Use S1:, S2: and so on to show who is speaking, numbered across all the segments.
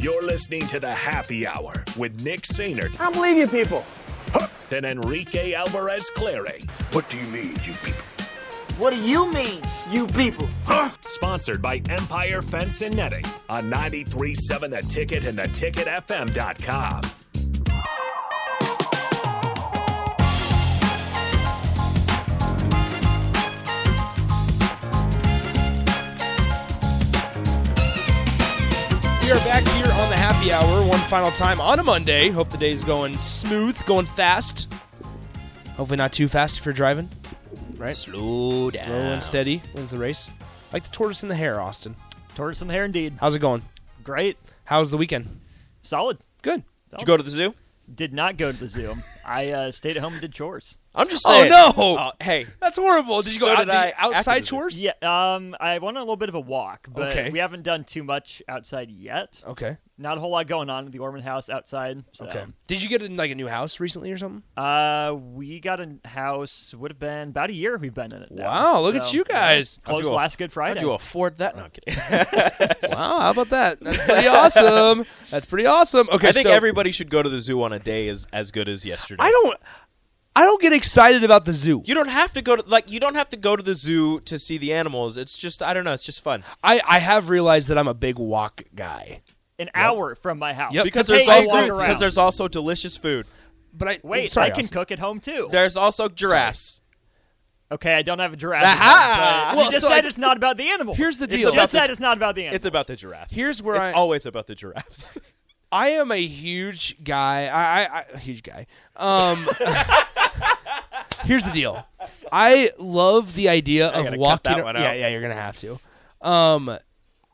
S1: You're listening to the Happy Hour with Nick Sainert
S2: I don't believe you people.
S1: and Enrique Alvarez Clary.
S3: What do you mean, you people?
S2: What do you mean, you people?
S1: Sponsored by Empire Fence and Netting on 937 The Ticket and theticketfm.com.
S4: We are back here on the happy hour one final time on a Monday. Hope the day's going smooth, going fast. Hopefully not too fast if you're driving. Right?
S5: Slow down.
S4: Slow and steady wins the race. Like the tortoise and the hare, Austin.
S5: Tortoise and the hare, indeed.
S4: How's it going?
S5: Great.
S4: How's the weekend?
S5: Solid.
S4: Good.
S5: Solid.
S6: Did you go to the zoo?
S5: Did not go to the zoo. I uh, stayed at home and did chores.
S6: I'm just
S4: Oh
S6: saying.
S4: no!
S6: Oh, hey,
S4: That's horrible. Did you go
S6: So
S4: out,
S6: did
S4: did you-
S6: I after
S4: outside
S6: the zoo.
S4: chores?
S5: Yeah, um, I went on a little bit of a walk, but
S4: Okay.
S5: we haven't done too much outside yet.
S4: Okay.
S5: Not a whole lot going on at the Orman House outside. So.
S4: Okay. Did you get in like a new house recently or something?
S5: Uh, we got a house. Would have been about a year we've been in it. Now.
S4: Wow, look at
S5: So,
S4: you guys.
S5: yeah, closed
S6: do a-
S5: last Good
S6: how'd
S5: Friday.
S6: you afford that? No, I'm kidding.
S4: wow, how about that? That's pretty awesome. That's pretty awesome. Okay,
S6: I think
S4: so-
S6: everybody should go to the zoo on a day as as good as yesterday.
S4: I don't I don't get excited about the zoo.
S6: You don't have to go to like you don't have to go to the zoo to see the animals. It's just I don't know. It's just fun
S4: I, I have realized that I'm a big walk guy.
S5: An hour from my house.
S4: Yep.
S6: because
S5: To
S6: there's
S5: pay to
S6: also
S5: walk around.
S6: because there's also delicious food.
S4: But I
S5: Wait,
S4: sorry,
S5: I can
S4: Austin.
S5: cook at home too.
S6: There's also giraffes.
S5: Okay, I don't have a giraffe.
S6: Aha!
S5: at home, but
S4: Well,
S5: you just
S4: so
S5: said
S4: I-
S5: it's not about the animals.
S4: Here's the
S5: You
S4: deal.
S5: just
S4: It's about
S5: said it's not about the animals.
S6: It's about the giraffes.
S4: Here's where
S6: it's
S4: I-
S6: always about the giraffes.
S4: I am a huge guy. I, I, I a huge guy. Um, here's the deal. I love the idea of
S6: gotta cut
S4: walking.
S6: that one
S4: Yeah,
S6: out.
S4: yeah, you're gonna have to. Um,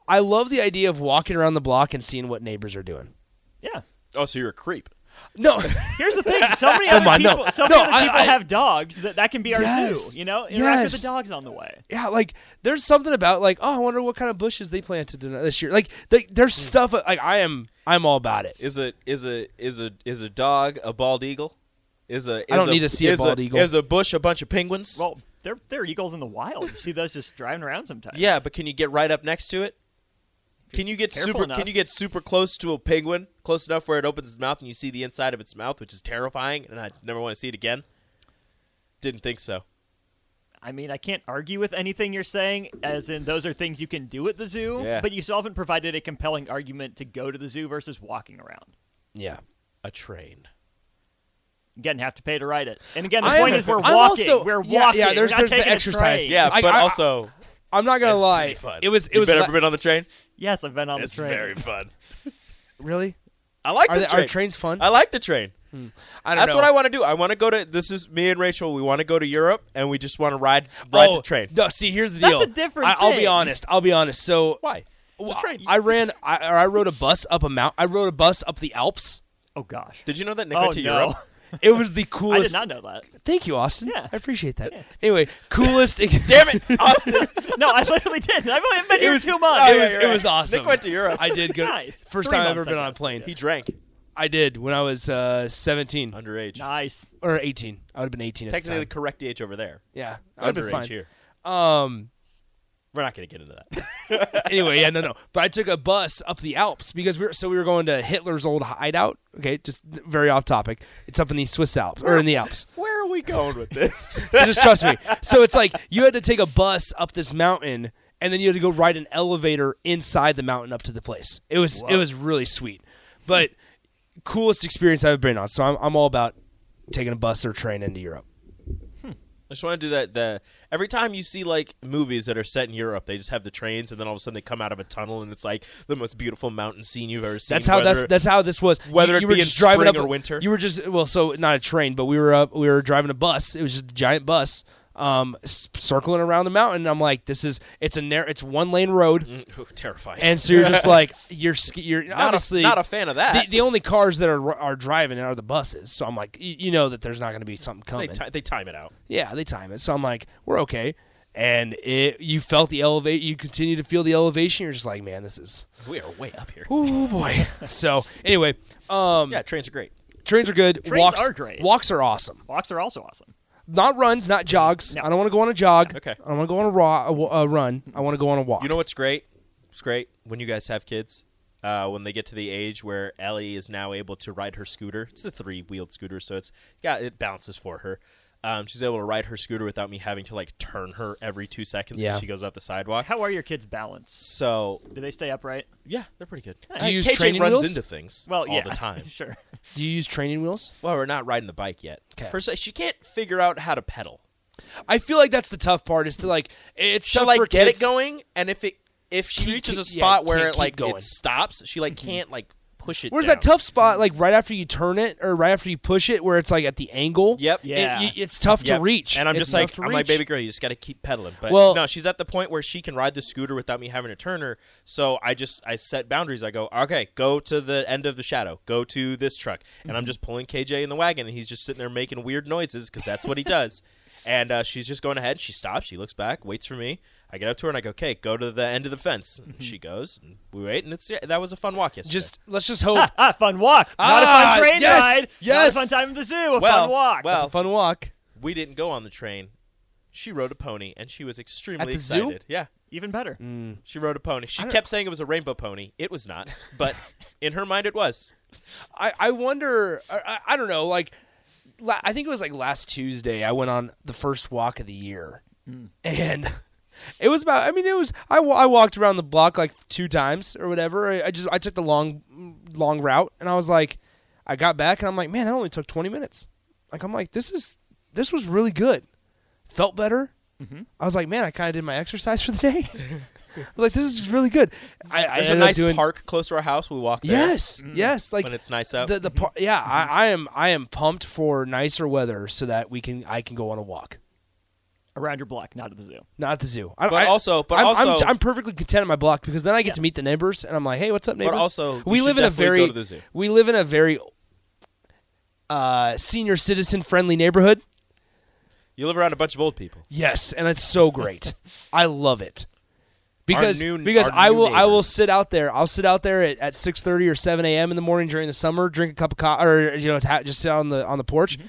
S4: I love the idea of walking around the block and seeing what neighbors are doing.
S5: yeah.
S6: oh, so you're a creep.
S4: No,
S5: Here's the thing: so many other
S4: on, Oh no.
S5: people, so many
S4: No,
S5: other
S4: I-
S5: people
S4: I-
S5: have dogs that that can be our
S4: Yes.
S5: zoo. You know, interact with
S4: Yes.
S5: the dogs on the way.
S4: yeah, like there's something about like oh, I wonder what kind of bushes they planted tonight- this year. Like they, there's
S6: Hmm.
S4: stuff like I am I'm all about it.
S6: Is a is a is a is a dog a bald eagle? Is a is
S4: I don't
S6: a-
S4: need to see a
S6: is
S4: bald eagle.
S6: Is a bush a bunch of penguins?
S5: Well, they're they're eagles in the wild. You see those just driving around sometimes.
S6: yeah, but can you get right up next to it? Can you get
S5: Careful
S6: super?
S5: enough.
S6: Can you get super close to a penguin? Close enough where it opens its mouth and you see the inside of its mouth, which is terrifying, and I never want to see it again. Didn't think so.
S5: I mean, I can't argue with anything you're saying, as in those are things you can do at the zoo.
S6: Yeah.
S5: But you still haven't provided a compelling argument to go to the zoo versus walking around.
S4: Yeah.
S6: A train.
S5: Again, have to pay to ride it. And again, the
S4: I am-
S5: point is we're
S4: I'm
S5: walking.
S4: also-
S5: we're
S4: yeah,
S5: walking.
S4: yeah, there's-
S5: We're not
S4: there's the
S5: taking a
S4: exercise.
S5: train.
S6: Yeah,
S4: I-
S6: but
S4: I-
S6: also
S4: I'm not gonna
S6: it's
S4: lie.
S6: pretty fun.
S4: It was it
S6: You
S4: was
S6: better
S4: la-
S6: ever been on the train.
S5: Yes, I've been on
S6: It's
S5: the train.
S6: very fun.
S4: really
S6: I like
S4: are,
S6: the
S4: they,
S6: train.
S4: are trains fun?
S6: I like the train.
S4: I don't
S6: That's
S4: know.
S6: what I want to do. I want to go to. This is me and Rachel. We want to go to Europe, and we just want to ride
S4: Oh,
S6: ride the train.
S4: No, see, here's the
S5: That's
S4: deal.
S5: a different
S4: I, I'll be
S5: thing.
S4: honest. I'll be honest. So
S6: Why? It's a
S4: Well,
S6: train.
S4: I ran. I, or I rode a bus up a mount. I rode a bus up the Alps.
S5: Oh gosh.
S6: Did you know that Nick
S5: Oh
S6: went to
S5: no.
S6: Europe?
S4: It was the
S5: I
S4: coolest.
S5: did not know that.
S4: Thank you, Austin.
S5: Yeah.
S4: I appreciate that. Anyway, coolest. ex-
S6: Damn it, Austin!
S5: No, I literally didn't. I've only been
S4: It
S5: here
S4: was
S5: two months.
S4: It was,
S6: you're
S4: it
S6: right.
S4: was awesome.
S6: Nick went to Europe.
S4: I did go.
S5: Nice.
S4: First
S5: Three
S4: time I've ever
S5: months, I
S4: been on a
S5: guess.
S4: plane.
S6: he drank
S4: I did when I was uh, 17
S6: underage.
S5: Nice.
S4: or 18. I would have been 18.
S6: Technically, the
S4: at the time.
S6: correct age over there.
S4: yeah, I would have been
S6: Underage
S4: fine.
S6: here.
S4: Um.
S6: We're not going to get into that.
S4: anyway, yeah, no, no. But I took a bus up the Alps because we were so we were going to Hitler's old hideout. Okay, just very off topic. It's up in the Swiss Alps or in the Alps.
S6: Where are we going with this?
S4: So just trust me. So it's like you had to take a bus up this mountain, and then you had to go ride an elevator inside the mountain up to the place. It was it was really sweet, but coolest experience I've been on. So I'm I'm all about taking a bus or train into Europe.
S6: I just want to do that. The every time you see like movies that are set in Europe, they just have the trains, and then all of a sudden they come out of a tunnel, and it's like the most beautiful mountain scene you've ever seen.
S4: That's how that's
S6: whether-
S4: that's how this was.
S6: whether
S4: you,
S6: it
S4: you were
S6: be in
S4: just driving
S6: spring
S4: up,
S6: or winter.
S4: you were just well, so not a train, but we were up. We were driving a bus. It was just a giant bus, um, s- circling around the mountain. I'm like, this is it's a narrow, it's one lane road,
S6: Mm, ooh, terrifying.
S4: and so you're just like you're sc- you're
S6: not a-
S4: obviously
S6: not a fan of
S4: the,
S6: that.
S4: the only cars that are are driving are the buses. So I'm like, y- you know that there's not going to be something
S6: they,
S4: coming.
S6: ti- they time it out.
S4: Yeah, they time it. So I'm like, we're okay. And it, you felt the elevate. You continue to feel the elevation. You're just like, man, this is
S6: We are way up here.
S4: oh boy. so anyway, um,
S6: Yeah, trains are great.
S4: Trains are good.
S5: Trains
S4: walks
S5: are great.
S4: Walks are awesome.
S5: Walks are also awesome.
S4: Not runs, not jogs.
S5: No.
S4: I don't want to go on a jog.
S6: Okay.
S4: I don't want to go on a, raw, a, wa- a run. I want to go on a walk.
S6: You know what's great? It's great when you guys have kids uh, when they get to the age where Ellie is now able to ride her scooter. It's a three wheeled scooter, so it's yeah, it bounces for her. Um, she's able to ride her scooter without me having to like turn her every two seconds
S4: Yeah.
S6: as she goes off the sidewalk.
S5: How are your kids balanced?
S6: so
S5: Do they stay upright?
S6: yeah, they're pretty good.
S4: Do you use
S6: KJ
S4: training
S6: runs
S4: wheels?
S6: into things
S5: Well,
S6: all
S5: yeah,
S6: the time.
S5: sure.
S4: Do you use training wheels?
S6: Well, we're not riding the bike yet.
S4: 'Kay.
S6: First, she can't figure out how to pedal.
S4: I feel like that's the tough part. Is to like it's
S6: She'll
S4: tough
S6: like
S4: for
S6: get
S4: kids.
S6: it going, and if it if she
S4: Keep-
S6: reaches a
S4: keep- yeah,
S6: spot where
S4: can't
S6: it
S4: keep
S6: like
S4: going. Mm-hmm.
S6: it stops, she like can't like push it.
S4: Where's
S6: down.
S4: that tough spot? Like right after you turn it, or right after you push it, where it's like at the angle.
S6: Yep.
S4: It-
S5: Yeah.
S4: y- it's tough
S6: Yep.
S4: to reach.
S6: And I'm
S4: It's
S6: just like,
S4: tough to
S6: I'm like,
S4: reach.
S6: baby girl, you just got to keep pedaling. But
S4: Well-
S6: no, she's at the point where she can ride the scooter without me having to turn her. So I just I set boundaries. I go, okay, go to the end of the shadow, go to this truck, and
S4: Mm-hmm.
S6: I'm just pulling KJ in the wagon, and he's just sitting there making weird noises because that's what he does. And uh, she's just going ahead. She stops. She looks back, waits for me. I get up to her and I go, "Okay, go to the end of the fence." And she goes. And we wait, and it's yeah, that was a fun walk yesterday.
S4: Mm-hmm. Just let's just hope.
S5: Ah, fun walk. Not a
S4: Ah,
S5: fun train
S4: yes,
S5: ride.
S4: yes.
S5: Not a fun time at the zoo. A
S6: well,
S5: fun walk.
S6: well,
S4: Fun walk.
S6: we didn't go on the train. She rode a pony, and she was extremely
S4: the zoo?
S6: excited. Yeah,
S5: Even better.
S6: She rode a pony. She kept saying it was a rainbow pony. It was not, but in her mind it was.
S4: I, I wonder. I, I- I don't know. Like, la- I think it was like last Tuesday. I went on the first walk of the year,
S6: Hmm.
S4: and it was about. I mean, it was. I, wa- I walked around the block like two times or whatever. I, I just I took the long long route, and I was like, I got back, and I'm like, man, that only took 20 minutes. Like, I'm like, this is this was really good. Felt better.
S6: Mm-hmm.
S4: I was like, man, I kind of did my exercise for the day. I was like, this is really good. I, I
S6: There's a
S4: ended up
S6: nice
S4: doing-
S6: park close to our house. We walked there. Mm-hmm.
S4: Yes, yes. Like
S6: when it's nice out. Mm-hmm.
S4: the the par- yeah, I, I am I am pumped for nicer weather so that we can I can go on a walk.
S5: Around your block, not at the zoo.
S4: Not at the zoo. I,
S6: But
S4: I-
S6: also- but
S4: I'm,
S6: also-
S4: I'm, I'm perfectly content in my block because then I get
S5: Yeah.
S4: to meet the neighbors and I'm like, hey, what's up, neighbor?
S6: also,
S4: we
S6: you
S4: live
S6: should
S4: in a
S6: definitely
S4: very
S6: go to the zoo.
S4: we live in a very uh, senior citizen friendly neighborhood.
S6: you live around a bunch of old people.
S4: Yes, and it's so great. I love it. Because,
S6: new-
S4: because
S6: our
S4: I
S6: new
S4: will I will
S6: neighbors.
S4: sit out there I'll sit out there at, at six thirty or seven a.m. in the morning during the summer drink a cup of coffee or you know ta- just sit on the on the porch.
S6: Mm-hmm.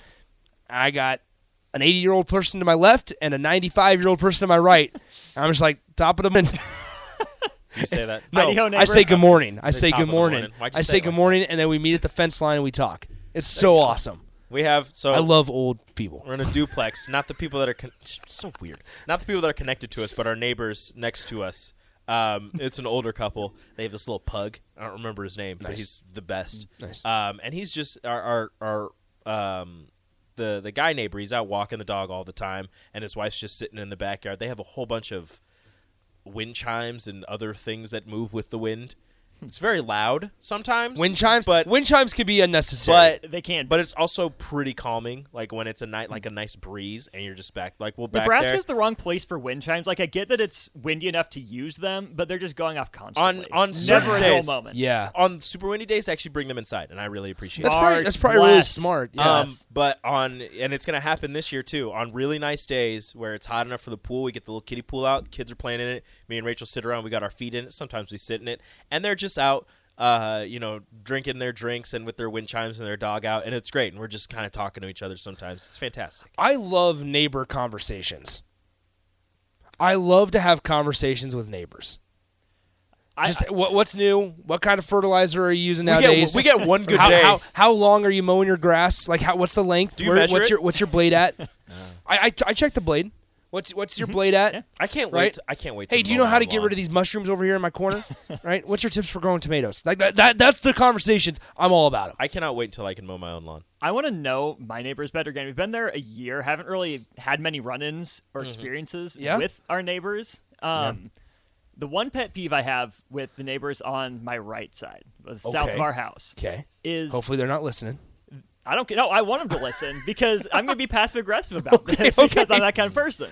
S4: I got an eighty year old person to my left and a ninety five year old person to my right. And I'm just like top of the morning.
S6: Do you say that?
S4: No,
S5: Idaho
S4: I say
S5: neighbor.
S4: good morning. I
S6: Say
S4: say
S6: top
S4: good
S6: of the
S4: morning.
S6: morning. Why'd you
S4: I
S6: say
S4: say
S6: it
S4: good
S6: like that?
S4: morning, and then we meet at the fence line and we talk. It's so awesome.
S6: We have so
S4: I love old people.
S6: We're in a duplex. Not the people that are con- so weird. Not the people that are connected to us, but our neighbors next to us. Um, it's an older couple. They have this little pug. I don't remember his name, but
S4: Nice. Mm,
S6: he's the best.
S4: Nice.
S6: Um, and he's just our our, our um, the the guy neighbor. He's out walking the dog all the time, and his wife's just sitting in the backyard. They have a whole bunch of wind chimes and other things that move with the wind. It's very loud sometimes.
S4: Wind chimes,
S6: but
S4: wind chimes can be unnecessary.
S6: but
S5: They can.
S6: Uh, but it's also pretty calming. Like when it's a night, like a nice breeze, and you're just back. Like we'll back
S5: Nebraska's
S6: there
S5: the wrong place for wind chimes. Like I get that it's windy enough to use them, but they're just going off
S6: on
S5: constantly.
S6: on
S5: never
S6: certain
S5: a dull
S6: days,
S5: moment.
S4: yeah,
S6: On super windy days, they actually bring them inside, and I really appreciate
S4: That's
S6: it.
S4: probably
S5: Art
S4: that's probably really
S5: West.
S4: smart. Yeah.
S6: Um,
S5: Yes.
S6: but on and it's gonna happen this year too. On really nice days where it's hot enough for the pool, we get the little kiddie pool out. Kids are playing in it. Me and Rachel sit around. We got our feet in it. Sometimes we sit in it, and they're just out, uh, you know, drinking their drinks and with their wind chimes and their dog out, and it's great. And we're just kind of talking to each other sometimes. It's fantastic.
S4: I love neighbor conversations. I love to have conversations with neighbors.
S5: I-
S4: Just uh, what, what's new? What kind of fertilizer are you using
S6: get-
S4: nowadays?
S6: we get one good
S4: how,
S6: day.
S4: How, how long are you mowing your grass? Like, how, what's the length?
S6: Do you
S4: Where-
S6: measure
S4: what's
S6: it?
S4: your what's your blade at? I, I I check the blade. What's what's
S6: Mm-hmm.
S4: your blade at?
S6: I can't
S4: Right?
S6: wait. To, I can't wait.
S4: Hey,
S6: to
S4: do you
S6: mow
S4: know how
S6: my
S4: to get
S6: lawn.
S4: rid of these mushrooms over here in my corner? right? What's your tips for growing tomatoes? Like that, that that's the conversations. I'm all about them.
S6: I cannot wait until I can mow my own lawn.
S5: I want to know my neighbors better again. We've been there a year, haven't really had many run-ins or experiences
S4: Mm-hmm. Yeah.
S5: with our neighbors. Um, The one pet peeve I have with the neighbors on my right side, the south of
S4: Okay.
S5: our house,
S4: Okay.
S5: is
S4: Hopefully they're not listening.
S5: I don't no, I want them to listen because I'm going to be passive aggressive about this because I'm that kind of person.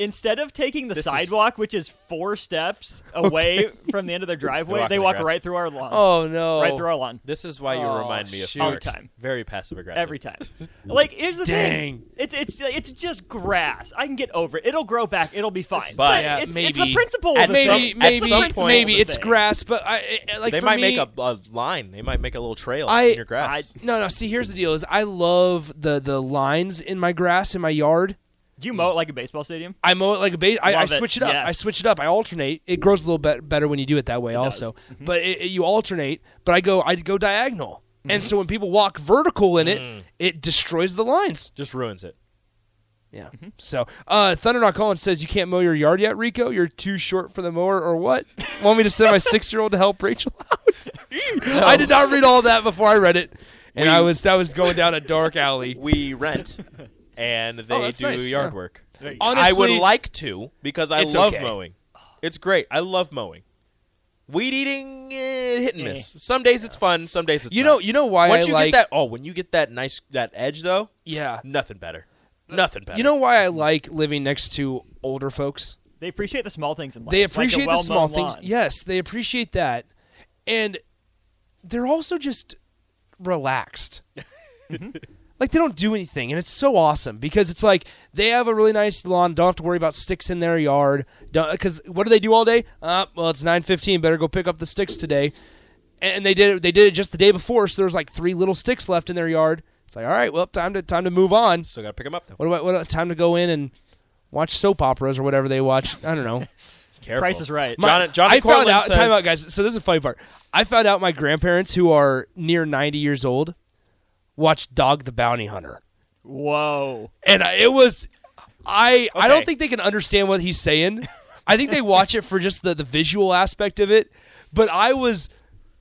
S5: Instead of taking the
S6: This is-
S5: sidewalk, which is four steps away from the end of their driveway,
S6: walking
S5: they
S6: the
S5: walk
S6: grass.
S5: right through our lawn.
S4: Oh no.
S5: Right through our lawn.
S6: This is why you
S4: Oh,
S6: remind me of
S4: shoot.
S5: Every
S6: Art.
S5: time.
S6: Very passive aggressive.
S5: Every time. Like here's the
S4: Dang.
S5: thing. It's it's it's just grass. I can get over it. It'll grow back. It'll be fine. But,
S6: yeah,
S5: it's,
S4: maybe
S5: it's the principle
S4: At
S5: of
S4: maybe,
S5: the
S6: some-
S5: thing.
S4: maybe,
S5: It's the principle of
S4: maybe
S5: the
S4: it's
S5: thing.
S4: grass, but I, I- like
S6: They
S4: for
S6: might
S4: me,
S6: make a, a line. They might make a little trail
S4: I-
S6: in your grass.
S4: No, no. See, here's the deal: is I love the the lines in my grass in my yard,
S5: Do you mow it like a baseball stadium?
S4: I mow it like a base. I, I
S5: Love it.
S4: switch it, up. I
S5: Yes.
S4: switch it up. I alternate. It grows a little bit better when you do it that way, also. But it, it- you alternate. But I go. I go diagonal, and so when people walk vertical in it, it destroys the lines.
S6: Just ruins it.
S4: Yeah. So uh, Thunder Knock Collins says you can't mow your yard yet, Rico. You're too short for the mower, or what? Want me to send my six year old to help Rachel out? I did not read all that before I read it, and I was that was going down a dark alley.
S6: We rent, and they
S4: Oh, that's
S6: do
S4: nice,
S6: yard
S4: yeah.
S6: work.
S4: Honestly,
S6: I would like to because I
S4: it's
S6: love
S4: okay.
S6: mowing. It's great. I love mowing. Weed eating, eh, hit and miss. Some days it's fun. Some days it's
S4: You
S6: not.
S4: know. You know why
S6: Once
S4: I
S6: you
S4: like.
S6: get that, oh, when you get that nice that edge though,
S4: Yeah.
S6: nothing better. Nothing better.
S4: You know why I like living next to older folks?
S5: They appreciate the small things in life.
S4: They
S5: It's like a
S4: appreciate the
S5: well-known
S4: small things.
S5: lawn.
S4: Yes, they appreciate that. And they're also just relaxed. Like they don't do anything and it's so awesome because it's like they have a really nice lawn, don't have to worry about sticks in their yard. Cuz what do they do all day? Uh, well, it's 9:15, better go pick up the sticks today. And they did it, they did it just the day before, so there was like three little sticks left in their yard. It's like, "All right, well, time to time to move on."
S6: still gotta pick them up though.
S4: What about what about time to go in and watch soap operas or whatever they watch? I don't know.
S6: Careful.
S5: Price is right.
S4: My-
S6: John- Johnny
S4: I found
S6: Cortland
S4: out.
S6: says-
S4: Time out, guys. So this is a funny part. I found out my grandparents, who are near ninety years old, watched Dog the Bounty Hunter,
S5: Whoa.
S4: and I, it was. I I don't
S6: Okay.
S4: think they can understand what he's saying. I think they watch it for just the the visual aspect of it. But I was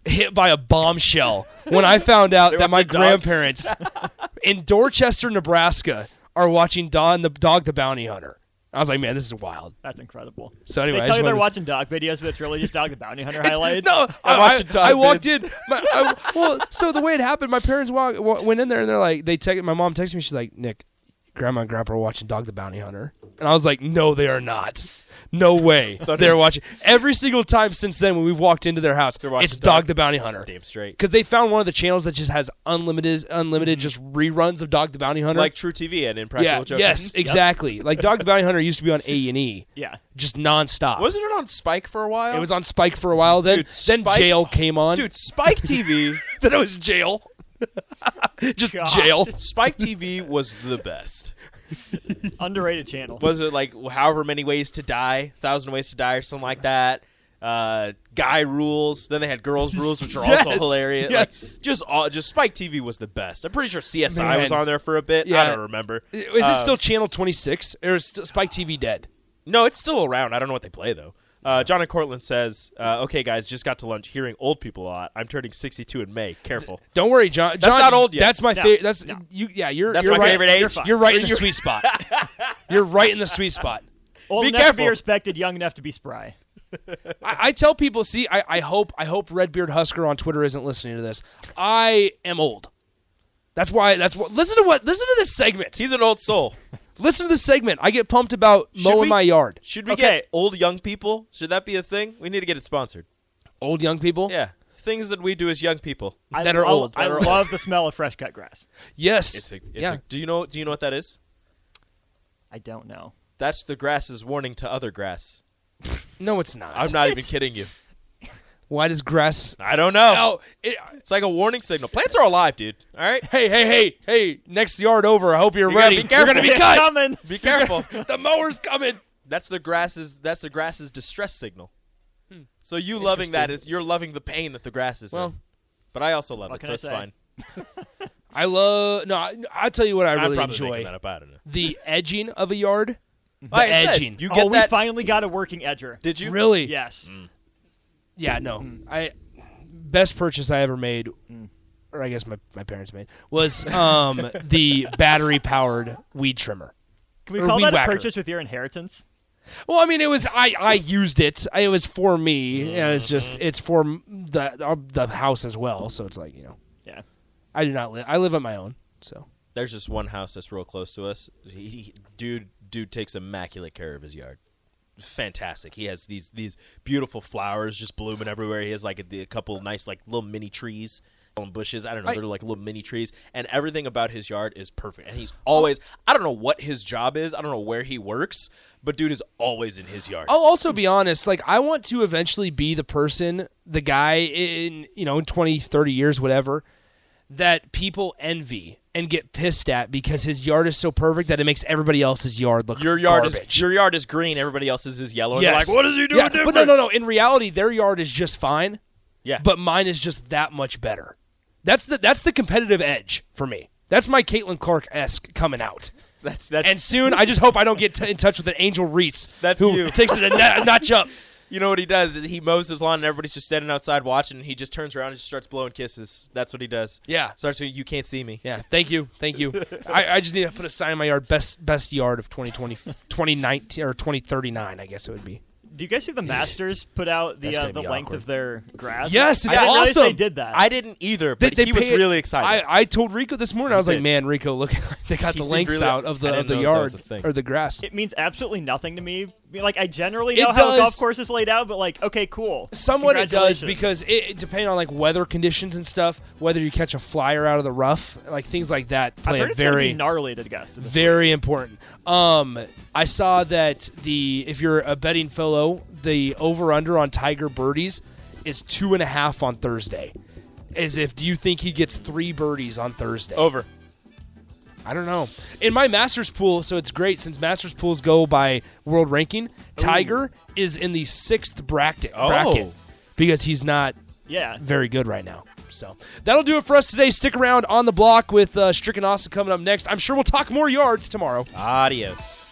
S4: hit by a bombshell when I found out that my grandparents in Dorchester, Nebraska, are watching Don the Dog the Bounty Hunter. I was like, man, this is wild.
S5: That's incredible.
S4: So anyway,
S5: they
S4: I just
S5: tell you they're
S4: wanted-
S5: watching dog videos, but it's really just dog the bounty hunter
S4: It's-
S5: highlights.
S4: No, I,
S6: I watch it
S4: I, I
S6: done,
S4: walked
S6: Vince.
S4: in. My, I, well, so the way it happened, my parents walk, w- went in there and they're like, they text. My mom texted me. She's like, Nick, grandma and grandpa are watching Dog the Bounty Hunter, and I was like, No, they are not. No way. They're watching every single time since then when we've walked into their house.
S6: watching
S4: It's
S6: Dog-
S4: Dog the Bounty Hunter.
S6: Damn straight. Mm-hmm.
S4: Because they found one of the channels that just has unlimited, unlimited just reruns of Dog the Bounty Hunter.
S6: Like True TV and Impractical Mm-hmm.
S4: yeah,
S6: Jokers.
S4: yes, exactly. Like Dog the Bounty Hunter used to be on A and E,
S5: Yeah.
S4: just nonstop.
S6: Wasn't it on Spike for a while?
S4: It was on Spike for a while. Then
S6: Dude,
S4: then
S6: Spike-
S4: jail came on.
S6: dude. Spike TV.
S4: then it was jail. Just
S5: God.
S4: jail.
S6: Spike TV was the best.
S5: Underrated channel.
S6: Was it like however many ways to die, thousand ways to die, or something like that? Uh, guy rules. Then they had girls rules, which are also
S4: Yes,
S6: hilarious.
S4: yes.
S6: Like, just all, just Spike TV was the best. I'm pretty sure CSI was
S4: Man.
S6: on there for a bit.
S4: Yeah.
S6: I don't remember.
S4: Is
S6: Uh,
S4: this still Channel 26 or is still Spike TV dead?
S6: No, it's still around. I don't know what they play though. Uh, John and Cortland says, uh, "Okay, guys, just got to lunch. Hearing old people a lot. I'm turning 62 in May. Careful.
S4: Don't worry, John.
S6: That's
S4: John,
S6: not old yet.
S4: That's my
S5: No,
S4: favorite. That's you. Yeah, you're.
S6: That's
S4: you're
S6: my
S4: right,
S6: favorite age.
S4: You're, fine. You're right in the sweet spot. you're right in the sweet spot.
S5: Old
S6: be
S5: enough to
S6: careful.
S5: be respected, young enough to be spry.
S4: I, I tell people, see, I, I hope I hope Redbeard Husker on Twitter isn't listening to this. I am old. That's why. That's what. Listen to what. Listen to this segment.
S6: He's an old soul.
S4: Listen to this segment. I get pumped about
S6: Should
S4: mowing
S6: we-
S4: my yard.
S6: Should we
S5: Okay.
S6: get old young people? Should that be a thing? We need to get it sponsored.
S4: Old young people.
S6: Yeah, things that we do as young people.
S5: I
S4: That are
S5: love-
S4: old.
S5: I
S4: That are
S5: love the smell of fresh cut grass.
S4: Yes.
S6: It's a, it's
S4: yeah.
S6: a, do you know? Do you know what that is?
S5: I don't know.
S6: That's the grass's warning to other grass.
S4: no, it's not.
S6: I'm not even kidding you.
S4: Why does grass?
S6: I don't know.
S4: Oh, it,
S6: It's like a warning signal. Plants are alive, dude. All right,
S4: hey, hey, hey, hey! Next yard over. I hope you're,
S6: You gotta
S4: ready.
S6: be careful.
S4: You're gonna be
S5: It's
S4: cut.
S5: coming.
S6: be careful.
S4: the mower's coming.
S6: that's the grass's. That's the grass's distress signal. So you loving that is you're loving the pain that the grass is
S4: Hmm. Well,
S6: in. But I also love
S5: what can
S6: it,
S5: I
S6: so it's
S5: say?
S6: fine.
S4: I love. No, I, I tell you what, I
S6: I'm
S4: really
S6: probably
S4: enjoy
S6: making that up. I don't know.
S4: the edging of a yard.
S6: Like I said,
S4: edging.
S6: you
S5: Oh,
S6: get
S5: we
S6: that?
S5: finally got a working edger.
S6: Did you
S4: Really?
S5: Yes.
S4: Mm. Yeah. No. I best purchase I ever made, or I guess my, my parents made, was um the battery powered weed trimmer.
S5: Can we
S4: Or
S5: call
S4: weed
S5: that
S4: whacker.
S5: a purchase with your inheritance?
S4: Well, I mean, it was I I used it. It was for me. You know, It's just it's for m- the uh, the house as well. So it's like you know.
S5: Yeah.
S4: I do not live. I live on my own. So
S6: There's just one house that's real close to us. He, he- dude, dude takes immaculate care of his yard. Fantastic. He has these these beautiful flowers just blooming everywhere. He has like a, a couple nice like little mini trees and bushes. I don't know.
S4: I-
S6: they're like little mini trees, and everything about his yard is perfect. And he's always. I don't know what his job is. I don't know where he works, but dude is always in his yard.
S4: I'll also be honest. Like I want to eventually be the person, the guy in you know in 20, 30 years, whatever, that people envy and get pissed at because his yard is so perfect that it makes everybody else's yard look
S6: Your yard
S4: garbage.
S6: is your yard is green. Everybody else's is yellow. And
S4: Yes.
S6: they're like, what is he doing
S4: Yeah,
S6: different?
S4: But no, no, no. In reality, their yard is just fine.
S6: Yeah.
S4: But mine is just that much better. That's the that's the competitive edge for me. That's my Caitlin Clark esque coming out.
S6: that's that's
S4: And soon, I just hope I don't get t- in touch with an Angel Reese.
S6: That's
S4: who
S6: you.
S4: takes it a, na- a notch up.
S6: you know what he does? Is he mows his lawn and everybody's just standing outside watching. And he just turns around and just starts blowing kisses. That's what he does.
S4: Yeah.
S6: starts. going, You can't see me.
S4: Yeah, thank you, thank you. I, I just need to put a sign in my yard, best best yard of 2020, 2019 or twenty thirty nine. I guess it would be.
S5: Do you guys see the Masters put out the
S4: That's
S5: uh,
S4: gonna
S5: the
S4: be
S5: length
S4: awkward.
S5: of their grass?
S4: Yes,
S5: I
S4: it's
S5: didn't realize They
S4: awesome.
S5: did that.
S6: I didn't either, but he was
S4: pay it-
S6: really excited.
S4: I, I told Rico this morning. I was like,
S6: did.
S4: "Man, Rico, look, they got
S6: He
S4: the
S6: seemed
S4: lengths
S6: really-
S4: out of
S6: I
S4: the
S6: didn't
S4: of the
S6: know that
S4: yard
S6: was a thing.
S4: or the grass."
S5: it means absolutely nothing to me. Like I generally
S4: It
S5: know how a
S4: does.
S5: golf course is laid out, but like, okay, cool.
S4: Somewhat it does
S5: Congratulations.
S4: because it, it depending on like weather conditions and stuff, whether you catch a flyer out of the rough, like things like that
S5: I've
S4: play
S5: heard
S4: a
S5: it's gonna
S4: very
S5: be gnarly to guess.
S4: very important. Um, I saw that the if you're a betting fellow, the over under on Tiger birdies is two and a half on Thursday. As if, do you think he gets three birdies on Thursday?
S6: Over.
S4: I don't know. In my Masters pool, so it's great since Masters pools go by world ranking. Tiger is in the sixth bracket,
S5: Oh.
S4: bracket because he's not
S5: Yeah.
S4: very good right now. So that'll do it for us today. Stick around on the block with uh, Stricken Austin coming up next. I'm sure we'll talk more yards tomorrow.
S6: Adios.